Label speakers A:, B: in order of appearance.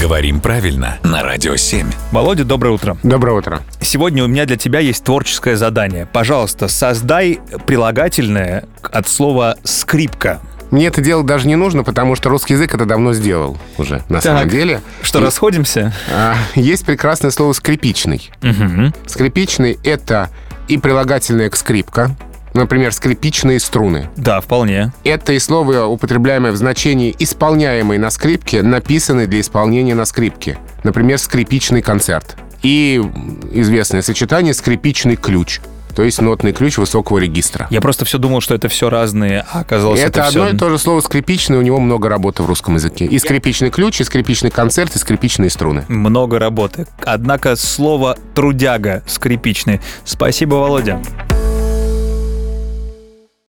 A: Говорим правильно на Радио 7.
B: Володя, доброе утро.
C: Доброе утро.
B: Сегодня у меня для тебя есть творческое задание. Пожалуйста, создай прилагательное от слова «скрипка».
C: Мне это делать даже не нужно, потому что русский язык это давно сделал уже, на самом деле.
B: Что,
C: И,
B: расходимся?
C: а, есть прекрасное слово «скрипичный».
B: Мгм.
C: «Скрипичный» — это и прилагательное к «скрипка», например, «скрипичные струны».
B: Да, вполне.
C: Это и слово, употребляемое в значении «исполняемый на скрипке», написанный для исполнения на скрипке. Например, «скрипичный концерт». И известное сочетание «скрипичный ключ», то есть нотный ключ высокого регистра.
B: Я просто все думал, что это все разные, а оказалось, это,
C: Это, одно
B: все...
C: и то же слово «скрипичный», у него много работы в русском языке. И скрипичный ключ, и скрипичный концерт, и скрипичные струны.
B: Много работы. Однако слово «трудяга» скрипичный. Спасибо, Володя.